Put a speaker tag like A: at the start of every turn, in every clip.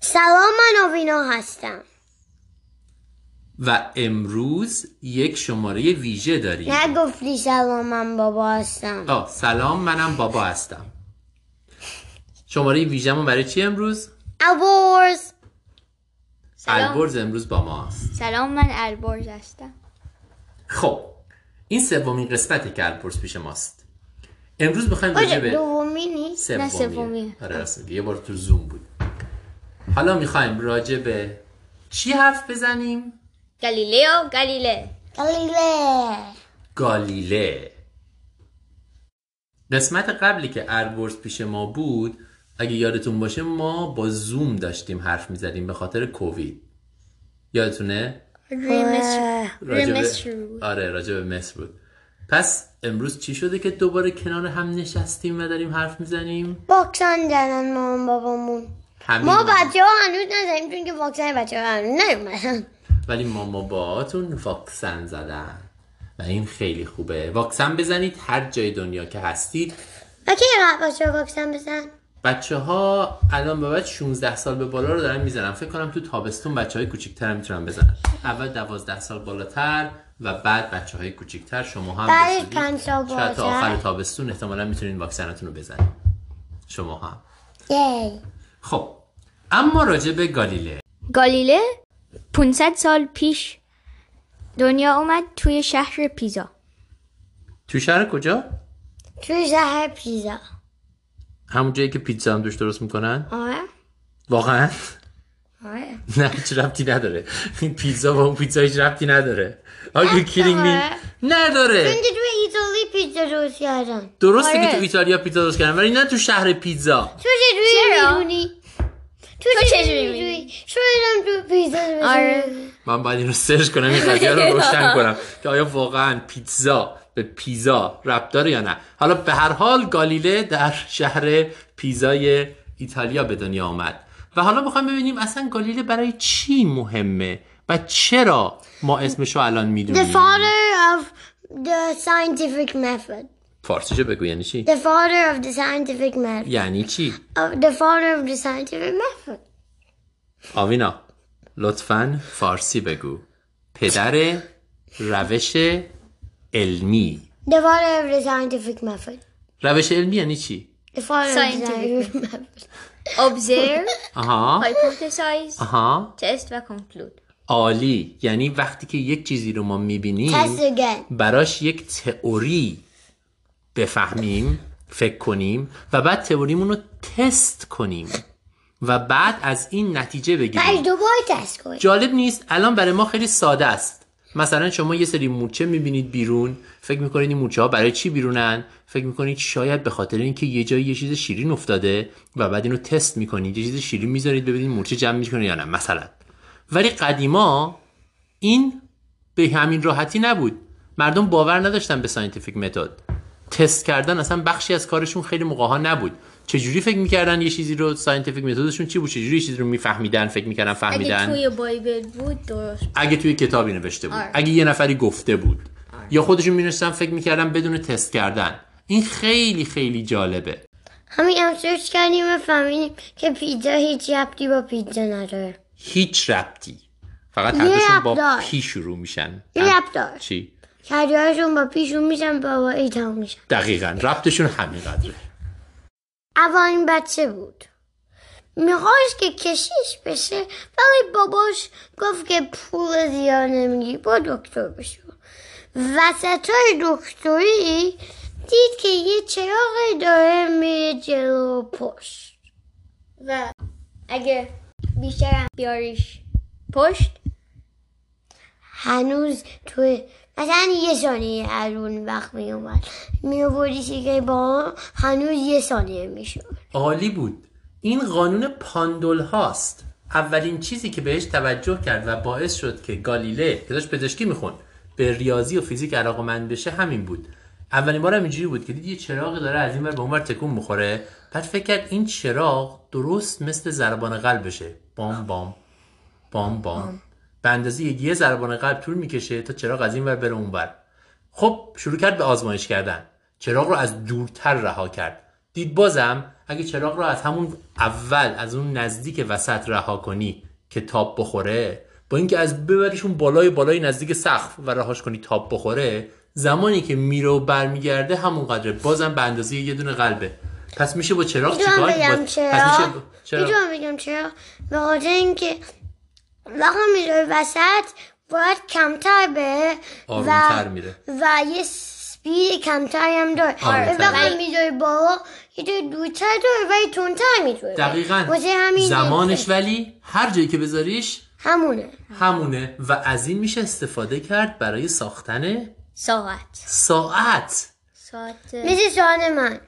A: سلام من آوینا هستم
B: و امروز یک شماره ویژه داریم
A: نگفتی سلام من بابا هستم
B: آه سلام منم بابا هستم شماره ویژه‌مون برای چی امروز؟
A: البرز
C: سلام
B: البرز امروز با ماست
C: سلام من البرز هستم
B: خب این سومین قسمته که البرز پیش ماست امروز میخوایم راجع
A: باشه
B: به
A: دومی نیست
C: نه،
B: سومیه
C: سومیه.
B: آره راست میگی. یه بار تو زوم بود حالا میخوایم راجع به چی حرف بزنیم
C: گالیلیو گالیله
A: گلیله
B: گالیله قسمت قبلی که اربورز پیش ما بود اگه یادتون باشه ما با زوم داشتیم حرف میزدیم به خاطر کووید یادتونه؟ راجب-
C: مصر بود.
B: آره راجع به مصر بود پس امروز چی شده که دوباره کنار هم نشستیم و داریم حرف میزنیم؟
A: واکسن زدن مامان بابامون
B: همین
A: ما بچه ها هنوز نزدیم چون که واکسن بچه ها هنوز نیومدن
B: ولی ماما باتون واکسن زدن و این خیلی خوبه واکسن بزنید هر جای دنیا که هستید
A: و کی قرار بچه ها واکسن بزن
B: بچه ها الان به بعد 16 سال به بالا رو دارن میزنن فکر کنم تو تابستون بچه های کوچیکتر هم میتونن بزنن اول 12 سال بالاتر و بعد بچه های کوچیکتر شما هم
A: بعد
B: رسیدید.
A: پنج سال
B: شاید تا
A: بالاتر.
B: آخر تابستون احتمالا میتونین واکسنتون رو بزنید شما هم
A: یی
B: خب اما راجع به گالیله
C: گالیله 500 سال پیش دنیا اومد توی شهر پیزا
B: تو شهر کجا؟
A: توی شهر پیزا
B: همون جایی که پیتزا هم دوش درست میکنن؟
C: آره
B: واقعا؟
C: آره
B: نه هیچ ربطی نداره این پیتزا با اون پیتزا هیچ ربطی نداره Are you kidding me؟ نداره
A: چون که توی ایتالی پیزا درست کردن
B: درسته
C: آره.
B: که تو ایتالیا پیتزا درست کردن ولی نه تو شهر پیتزا
A: تو چجوری
C: چرا؟
A: میدونی تو
C: چجوری
A: میدونی شایدم تو پیزا درست
C: آره.
A: کردن.
B: من باید این رو سرچ کنم این قضیه رو روشن کنم که آیا واقعا پیتزا به پیزا ربط داره یا نه حالا به هر حال گالیله در شهر پیزای ایتالیا به دنیا آمد و حالا میخوام ببینیم اصلا گالیله برای چی مهمه و چرا ما اسمش رو الان
A: The
B: میدونیم
A: father of the scientific method.
B: فارسیشو بگو یعنی چی
A: The father of the scientific method.
B: یعنی چی
A: Of the father of the scientific method.
B: آوینا لطفا فارسی بگو پدر روش علمی
A: The father of the scientific method.
B: روش علمی یعنی چی؟
A: The father
C: Scientific.
A: of the scientific method.
C: observe
B: آها
C: hypothesize
B: آها
C: test و conclude
B: عالی یعنی وقتی که یک چیزی رو ما
A: Test
B: میبینیم
A: again.
B: براش یک تئوری بفهمیم فکر کنیم و بعد تئوریمون رو تست کنیم و بعد از این نتیجه
A: بعد
B: بگیریم
A: دوباره تست کنید.
B: جالب نیست الان برای ما خیلی ساده است مثلا شما یه سری مورچه میبینید بیرون فکر میکنید این مورچه ها برای چی بیرونن فکر میکنید شاید به خاطر اینکه یه جایی یه چیز شیرین افتاده و بعد اینو تست میکنید یه چیز شیرین میذارید ببینید مورچه جمع میکنه یا نه مثلا ولی قدیما این به همین راحتی نبود مردم باور نداشتن به ساینتیفیک متد تست کردن اصلا بخشی از کارشون خیلی موقعها نبود چجوری فکر میکردن یه چیزی رو ساینتیفیک متدشون چی بود چجوری یه چیزی رو میفهمیدن فکر میکردن فهمیدن
C: اگه توی بایبل بود درست
B: اگه توی کتابی نوشته بود
C: آره.
B: اگه یه نفری گفته بود
A: آره.
B: یا خودشون می‌نوشتن فکر میکردن بدون تست کردن این خیلی خیلی جالبه
A: همین هم سرچ کردیم و فهمیدیم که پیتزا هیچ ربطی با پیتزا نداره.
B: هیچ ربطی فقط
A: یه
B: هر دوشون با
A: ربط دار.
B: پی شروع میشن
A: یه ربط دار.
B: چی
A: کریهاشون با پیشون میشن با با ای تموم میشن.
B: دقیقا ربطشون همین قدره
A: اولین بچه بود میخواست که کشیش بشه ولی باباش گفت که پول زیاد نمیگی با دکتر بشو وسط های دکتری دید که یه چراغی داره میره جلو و پشت
C: و اگه بیشتر هم بیاریش پشت
A: هنوز توی مثلا یه ثانیه از اون وقت میومد میوردی که با هنوز یه ثانیه میشد
B: عالی بود این قانون پاندول هاست اولین چیزی که بهش توجه کرد و باعث شد که گالیله که داشت پزشکی میخون به ریاضی و فیزیک علاقمند بشه همین بود اولین بار هم اینجوری بود که دید یه چراغ داره از این ور به اون ور تکون میخوره بعد فکر کرد این چراغ درست مثل ضربان قلبشه بام بام بام بام به اندازه یه ضربان قلب طول میکشه تا چراغ از این ور بره اون ور خب شروع کرد به آزمایش کردن چراغ رو از دورتر رها کرد دید بازم اگه چراغ رو از همون اول از اون نزدیک وسط رها کنی که تاب بخوره با اینکه از ببریشون بالای بالای نزدیک سقف و رهاش کنی تاب بخوره زمانی که میره و برمیگرده همون قدره بازم به اندازه یه دونه قلبه پس میشه با چراغ
A: میدونم
B: چیکار
A: بگم
B: با- پس
A: چرا
B: میشه با- چرا
A: میدونم بگم چرا به خاطر اینکه وقتی میره وسط باید کمتر به
B: آرومتر میره
A: و یه سپید کمتری هم داره
B: آره،
A: وقتی
B: طبعاً.
A: میدوی بالا یه دور دورتر داره ولی تندتر میدوی
B: دقیقا
A: واسه همین
B: زمانش
A: یکی.
B: ولی هر جایی که بذاریش
A: همونه
B: همونه و از این میشه استفاده کرد برای ساختن
C: ساعت
B: ساعت
C: ساعت
A: مثل سوال من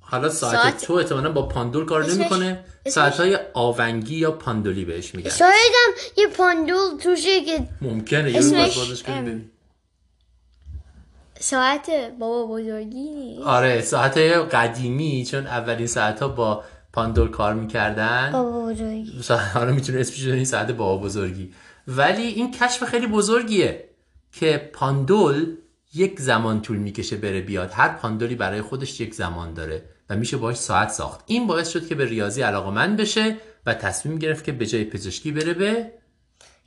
B: حالا ساعت,
C: ساعت-
B: تو احتمالا با پاندول کار
C: اسمش-
B: نمیکنه
C: اسمش-
B: ساعت های آونگی یا پاندولی بهش میگن
A: شایدم یه پاندول توشه که
B: ممکنه یه روز باید
C: اسمش-
B: بازش کنیم
C: ام.
B: ببینیم.
C: ساعت بابا بزرگی نیست
B: آره ساعت قدیمی چون اولین ساعت ها با پاندول کار میکردن
A: بابا بزرگی
B: ساعت- حالا میتونه اسمش این ساعت بابا بزرگی ولی این کشف خیلی بزرگیه که پاندول یک زمان طول میکشه بره بیاد هر پاندولی برای خودش یک زمان داره و میشه باهاش ساعت ساخت این باعث شد که به ریاضی علاقمند بشه و تصمیم گرفت که به جای پزشکی بره به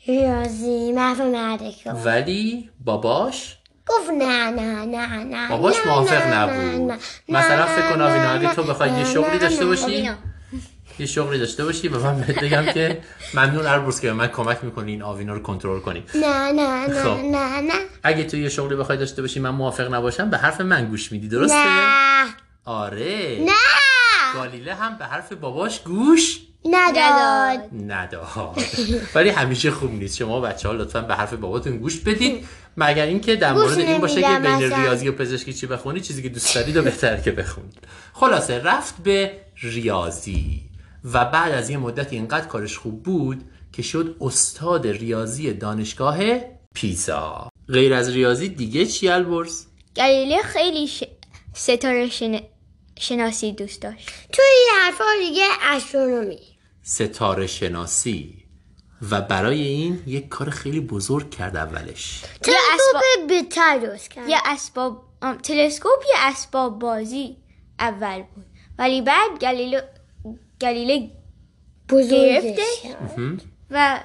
A: ریاضی محو مدرک رو.
B: ولی باباش
A: گفت نه نه نه نه
B: باباش
A: نه،
B: موافق
A: نه،
B: نبود.
A: نه، نه،
B: مثلا
A: نه،
B: فکر کن
A: نه،
B: آوینا،
A: نه،
B: اگه تو بخوای یه
A: نه،
B: شغلی
A: نه،
B: داشته
A: نه.
B: باشی؟ یه شغلی داشته باشی و من بهت بگم که ممنون اربورس که به من کمک میکنی این آوینا رو کنترل کنی
A: نه نه نه
B: خب.
A: نه نه
B: اگه تو یه شغلی بخوای داشته باشی من موافق نباشم به حرف من گوش میدی درسته
A: نه
B: آره نه گالیله هم به حرف باباش گوش
A: نداد
B: نداد ولی همیشه خوب نیست شما بچه ها لطفا به حرف باباتون گوش بدید مگر اینکه در
A: گوش
B: مورد این باشه که
A: نمیدم
B: بین
A: اصلا.
B: ریاضی و پزشکی چی بخونی چیزی که دوست دارید و بهتر که بخونید خلاصه رفت به ریاضی و بعد از یه مدت اینقدر کارش خوب بود که شد استاد ریاضی دانشگاه پیزا غیر از ریاضی دیگه چی البرز؟
C: گلیله خیلی ش... ستاره شن... شناسی دوست داشت
A: توی این حرفا دیگه استرونومی
B: ستاره شناسی و برای این یک کار خیلی بزرگ کرد اولش
C: یه اسباب
A: تلسکوپ بهتر درست کرد
C: یه اسباب آم، تلسکوپ یه اسباب بازی اول بود ولی بعد گلیله گلیله
A: بزرگش
C: گرفته؟ و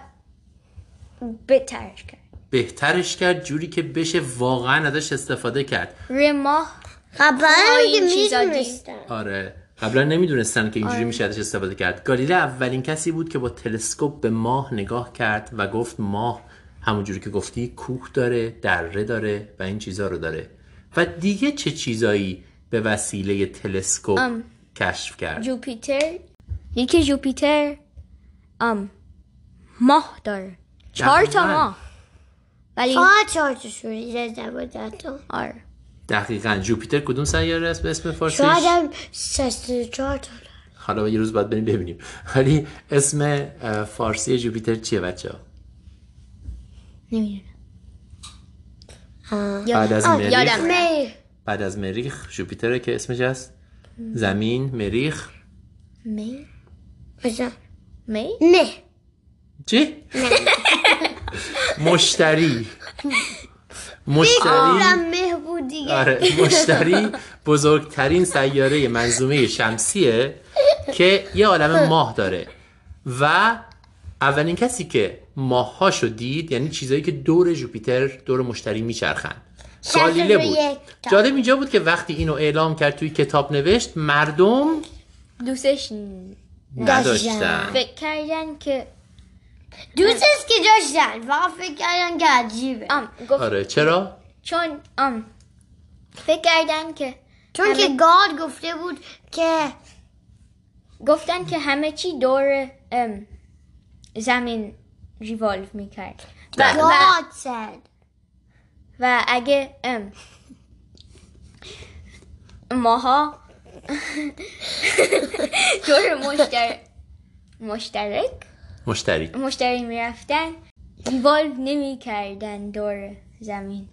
C: بهترش کرد
B: بهترش کرد جوری که بشه واقعا ازش استفاده کرد
C: روی ماه
A: قبلا
C: ما این
A: که
C: چیزا دید.
A: میدونستم
B: آره قبلا نمیدونستن که
C: آره.
B: اینجوری میشه ازش استفاده کرد گالیله اولین کسی بود که با تلسکوپ به ماه نگاه کرد و گفت ماه همونجوری که گفتی کوه داره دره داره و این چیزها رو داره و دیگه چه چیزایی به وسیله تلسکوپ کشف کرد
C: جوپیتر یکی جوپیتر آم ماه داره چهار تا
B: دقیقاً.
C: ماه ولی
A: فقط چهار تا شوری زده بود حتی
C: آره
B: دقیقا جوپیتر کدوم سیاره است به اسم فارسیش
A: شاید هم شست و چهار تا داره.
B: حالا یه روز باید بریم ببینیم ولی اسم اه، فارسی جوپیتر چیه بچه
C: نمیدونم
B: بعد از
A: آه،
B: مریخ
C: یادم.
A: می
B: بعد از مریخ جوپیتره که اسمش هست زمین مریخ
C: می
A: مثلا
C: می
A: نه
B: چی؟ مشتری مشتری
A: آرام مه بود دیگه
B: آره مشتری بزرگترین سیاره منظومه شمسیه که یه عالم ماه داره و اولین کسی که ماهاشو دید یعنی چیزایی که دور جوپیتر دور مشتری میچرخن گالیله بود
A: یک تا.
B: جالب اینجا بود که وقتی اینو اعلام کرد توی کتاب نوشت مردم
C: دوستش ن-
B: نداشتن
C: فکر کردن که
A: دوستش که داشتن فقط فکر کردن که عجیبه
C: آم گفت
B: آره چرا؟
C: چون آم فکر کردن که
A: چون که گاد گفته بود که
C: گفتن که همه چی دور ام، زمین ریوالو میکرد و, و,
A: گاد said
C: و اگه ام، ماها دور مشتر... مشترک
B: مشتری
C: مشتری میرفتن ریوالو نمیکردن دور زمین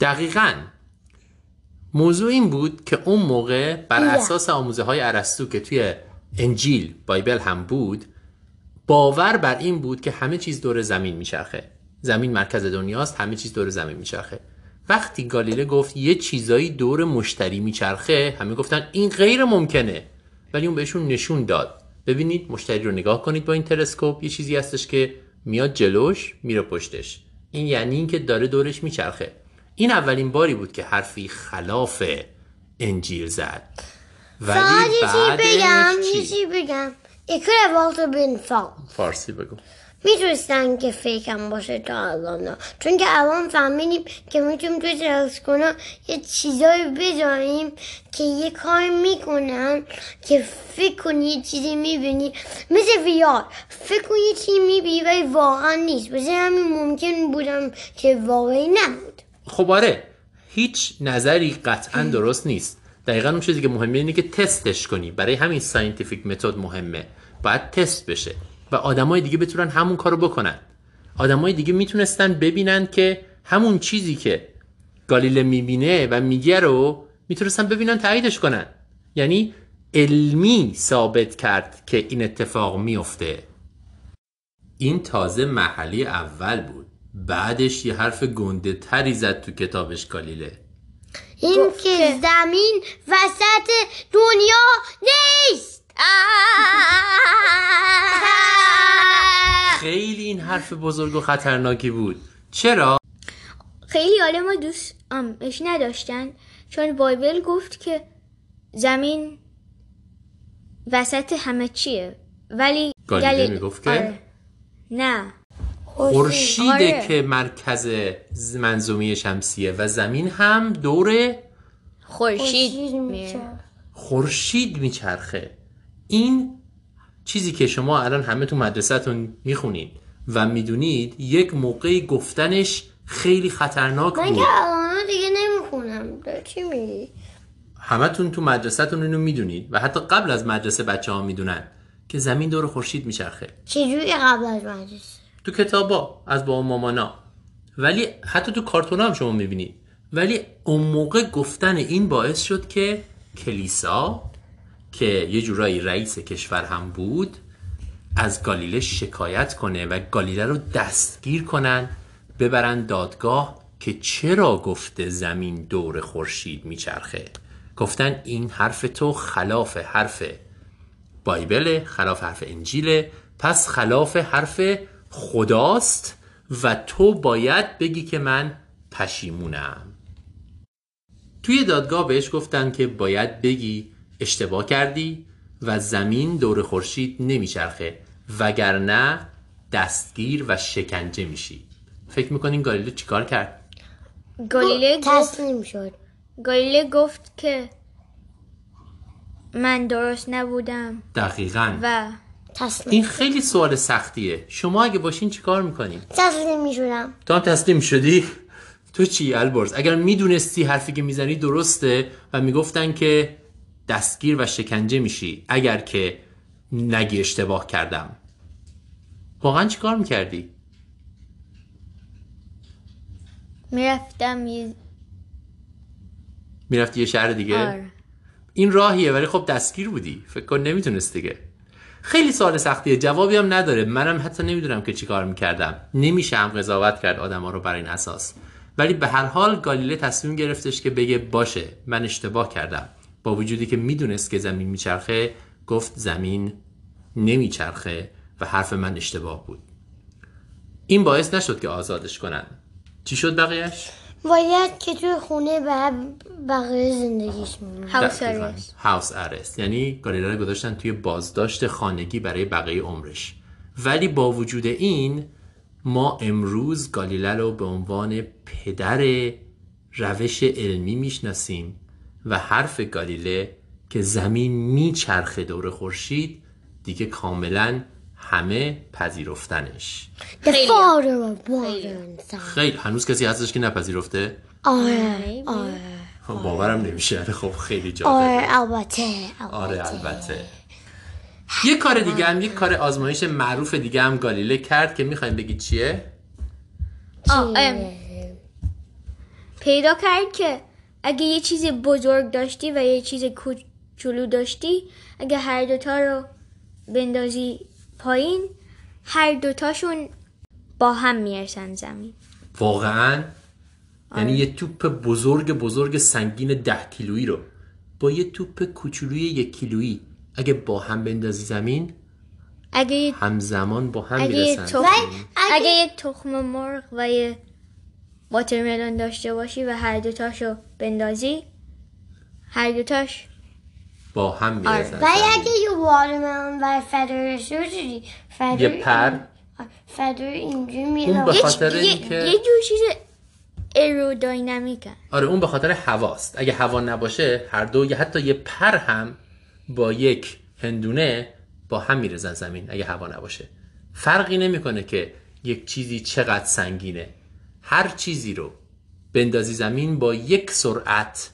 B: دقیقا موضوع این بود که اون موقع بر
A: بله.
B: اساس آموزه های عرستو که توی انجیل بایبل هم بود باور بر این بود که همه چیز دور زمین میچرخه زمین مرکز دنیاست همه چیز دور زمین میچرخه وقتی گالیله گفت یه چیزایی دور مشتری میچرخه همه گفتن این غیر ممکنه ولی اون بهشون نشون داد ببینید مشتری رو نگاه کنید با این تلسکوپ یه چیزی هستش که میاد جلوش میره پشتش این یعنی اینکه داره دورش میچرخه این اولین باری بود که حرفی خلاف انجیل زد ولی
A: فقط یه چی
B: بعدش
A: بگم یه
B: چی؟
A: چی بگم It could have also been false.
B: فارسی بگو
A: میدونستن که فیکم باشه تا الان ها. چون که الان فهمیدیم که میتونیم توی تلسکونا یه چیزایی بذاریم که یه کار میکنن که فکر کنی یه چیزی میبینی مثل ویار فکر کنی یه چیزی میبینی ولی واقعا نیست بسید همین ممکن بودم که واقعی نبود
B: خب آره هیچ نظری قطعا درست نیست دقیقا اون چیزی که مهمه اینه که تستش کنی برای همین ساینتیفیک متد مهمه باید تست بشه و آدمای دیگه بتونن همون کارو بکنن آدمای دیگه میتونستن ببینن که همون چیزی که گالیله میبینه و میگه رو میتونستن ببینن تاییدش کنن یعنی علمی ثابت کرد که این اتفاق میفته این تازه محلی اول بود بعدش یه حرف گنده تری زد تو کتابش گالیله
A: این
C: گفت
A: که
C: که-
A: زمین وسط دنیا نیست
B: خیلی این حرف بزرگ و خطرناکی بود چرا؟
C: خیلی آدم دوست آمش نداشتن چون بایبل گفت که زمین وسط همه چیه ولی
B: گالیله
C: گلیل-
B: میگفت که؟
C: آره. نه
B: خورشیده
C: آره.
B: که مرکز ز- منظومه شمسیه و زمین هم دور
C: خورشید میره.
B: خورشید میچرخه این چیزی که شما الان همه تو مدرسهتون میخونید و میدونید یک موقعی گفتنش خیلی خطرناک
A: من
B: بود
A: که الان دیگه نمیخونم داری چی میگی؟
B: همتون تو مدرسهتون اینو میدونید و حتی قبل از مدرسه بچه ها میدونن که زمین دور خورشید میچرخه
A: چجوری قبل از مدرسه
B: تو کتابا از با مامانا ولی حتی تو کارتونا هم شما میبینید ولی اون موقع گفتن این باعث شد که کلیسا که یه جورایی رئیس کشور هم بود از گالیله شکایت کنه و گالیله رو دستگیر کنن ببرن دادگاه که چرا گفته زمین دور خورشید میچرخه گفتن این حرف تو خلاف حرف بایبله خلاف حرف انجیله پس خلاف حرف خداست و تو باید بگی که من پشیمونم توی دادگاه بهش گفتن که باید بگی اشتباه کردی و زمین دور خورشید نمیچرخه وگرنه دستگیر و شکنجه میشی فکر میکنین گالیله چیکار کرد؟
C: گلیله
A: خب،
C: گفت
A: تسلیم شد
C: گلیله گفت که من درست نبودم
B: دقیقا
C: و
A: تسلیم
B: این خیلی سوال سختیه شما اگه باشین چیکار میکنین؟
A: تسلیم میشدم
B: تو هم تسلیم شدی تو چی البرز اگر میدونستی حرفی که میزنی درسته و میگفتن که دستگیر و شکنجه میشی اگر که نگی اشتباه کردم واقعا چیکار میکردی
C: میرفتم یه
B: میرفتی یه شهر دیگه
C: آره.
B: این راهیه ولی خب دستگیر بودی فکر کن نمیتونست دیگه خیلی سوال سختیه جوابی هم نداره منم حتی نمیدونم که چیکار میکردم نمیشه هم قضاوت کرد آدما رو بر این اساس ولی به هر حال گالیله تصمیم گرفتش که بگه باشه من اشتباه کردم با وجودی که میدونست که زمین میچرخه گفت زمین نمیچرخه و حرف من اشتباه بود این باعث نشد که آزادش کنن چی شد بقیهش؟
A: باید که توی خونه به هر بقیه زندگیش میمونه
C: هاوس آرست
B: هاوس ارست یعنی گالیله رو گذاشتن توی بازداشت خانگی برای بقیه عمرش ولی با وجود این ما امروز گالیله رو به عنوان پدر روش علمی میشناسیم و حرف گالیله که زمین میچرخه دور خورشید دیگه کاملا همه پذیرفتنش
A: The
C: خیلی.
A: father of barons
B: خیلی هنوز کسی هستش که نپذیرفته
A: آره آره
B: باورم نمیشه خب خیلی جالبه
A: آره البته
B: آره
A: البته
B: البته یه کار
C: آره.
B: دیگه هم یه کار آزمایش معروف دیگه هم گالیله کرد که میخوایم بگید چیه
C: آه، ام. پیدا کرد که اگه یه چیز بزرگ داشتی و یه چیز کوچولو داشتی اگه هر دوتا رو بندازی پایین هر دوتاشون با هم میرسن زمین
B: واقعا یعنی
C: آره.
B: یه توپ بزرگ بزرگ سنگین ده کیلویی رو با یه توپ کوچولوی یک کیلویی اگه با هم بندازی زمین
C: اگه یه-
B: همزمان با هم
C: اگه یه
B: میرسن
C: تخم
A: ولی اگه-
C: اگه یه تخم مرغ و یه واترملون داشته باشی و هر دوتاشو بندازی هر دوتاش
B: با هم
C: آره.
B: میرسن
A: ولی اگه یه وارمون و فدر داشته باشی، فدر
B: یه
A: این-
B: پر.
A: فدر اینجوری
B: اون به
A: میره
B: خاطر
C: یه, یه
B: اینکه
C: جور چیز ایروداینامیکه
B: آره اون به خاطر هواست اگه هوا نباشه هر دو یا حتی یه پر هم با یک هندونه با هم میرزن زمین اگه هوا نباشه فرقی نمیکنه که یک چیزی چقدر سنگینه هر چیزی رو بندازی زمین با یک سرعت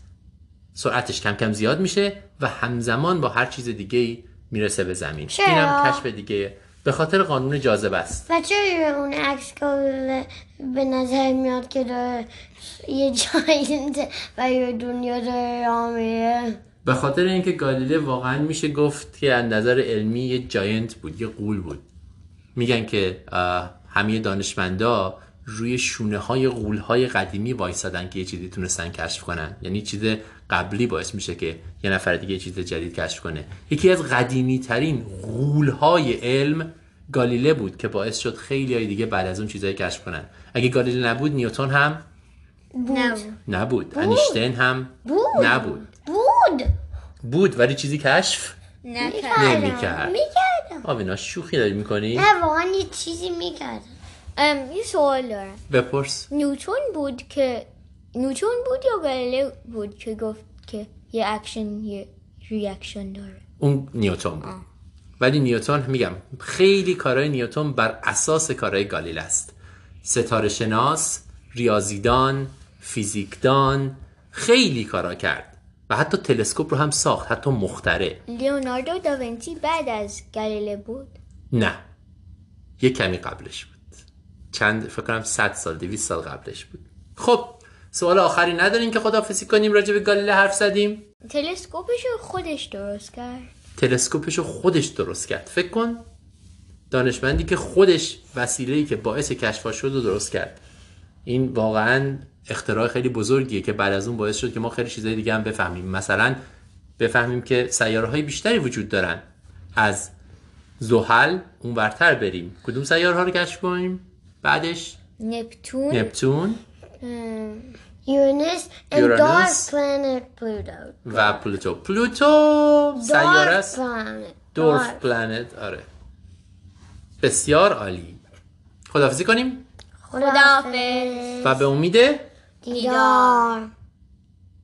B: سرعتش کم کم زیاد میشه و همزمان با هر چیز دیگه ای میرسه به زمین
A: چرا؟
B: اینم کشف دیگه به خاطر قانون جاذبه است
A: و چرا اون عکس کل به نظر میاد که داره یه جاینده و یه دنیا داره راه میره
B: به خاطر اینکه گالیله واقعا میشه گفت که از نظر علمی یه جاینت بود یه قول بود میگن که اه، همه دانشمندا روی شونه های قول های قدیمی وایسادن که یه چیزی تونستن کشف کنن یعنی چیز قبلی باعث میشه که یه نفر دیگه یه چیز جدید کشف کنه یکی از قدیمی ترین قول های علم گالیله بود که باعث شد خیلی های دیگه بعد از اون چیزایی کشف کنن اگه گالیله نبود نیوتن هم
C: نه
B: نبود انیشتین هم
A: بود.
B: نبود
A: بود
B: بود ولی چیزی کشف
C: نه
B: نمی‌کرد.
A: میکردم
B: آوینا شوخی داری میکنی؟
A: نه واقعا یه چیزی میکردم
C: ام، یه سوال دارم
B: بپرس
C: نیوتون بود که نیوتون بود یا گالیله بود که گفت که یه اکشن یه ریاکشن داره
B: اون نیوتن بود ولی نیوتن میگم خیلی کارهای نیوتن بر اساس کارهای گالیله است ستاره شناس ریاضیدان فیزیکدان خیلی کارا کرد و حتی تلسکوپ رو هم ساخت حتی مختره
C: لیوناردو داوینچی بعد از گالیله بود
B: نه یه کمی قبلش بود چند فکر کنم 100 سال 200 سال قبلش بود خب سوال آخری ندارین که خداحافظی کنیم راجع به گالیله حرف زدیم
C: تلسکوپش رو خودش درست کرد
B: تلسکوپش رو خودش درست کرد فکر کن دانشمندی که خودش وسیله‌ای که باعث کشفاش شد رو درست کرد این واقعا اختراع خیلی بزرگیه که بعد از اون باعث شد که ما خیلی چیزای دیگه هم بفهمیم مثلا بفهمیم که سیاره های بیشتری وجود دارن از زحل اونورتر بریم کدوم سیاره ها رو کشف کنیم بعدش
C: نپتون
B: نپتون
C: ام،
A: یونس and
B: Uranus.
A: dark planet Pluto
B: و پلوتو پلوتو سیاره
A: Dark
B: است
A: planet
B: دورف
A: Dark.
B: پلنت آره بسیار عالی خداحافظی کنیم
A: خداحافظ
C: خداحافظ
B: و به امید
A: دیدار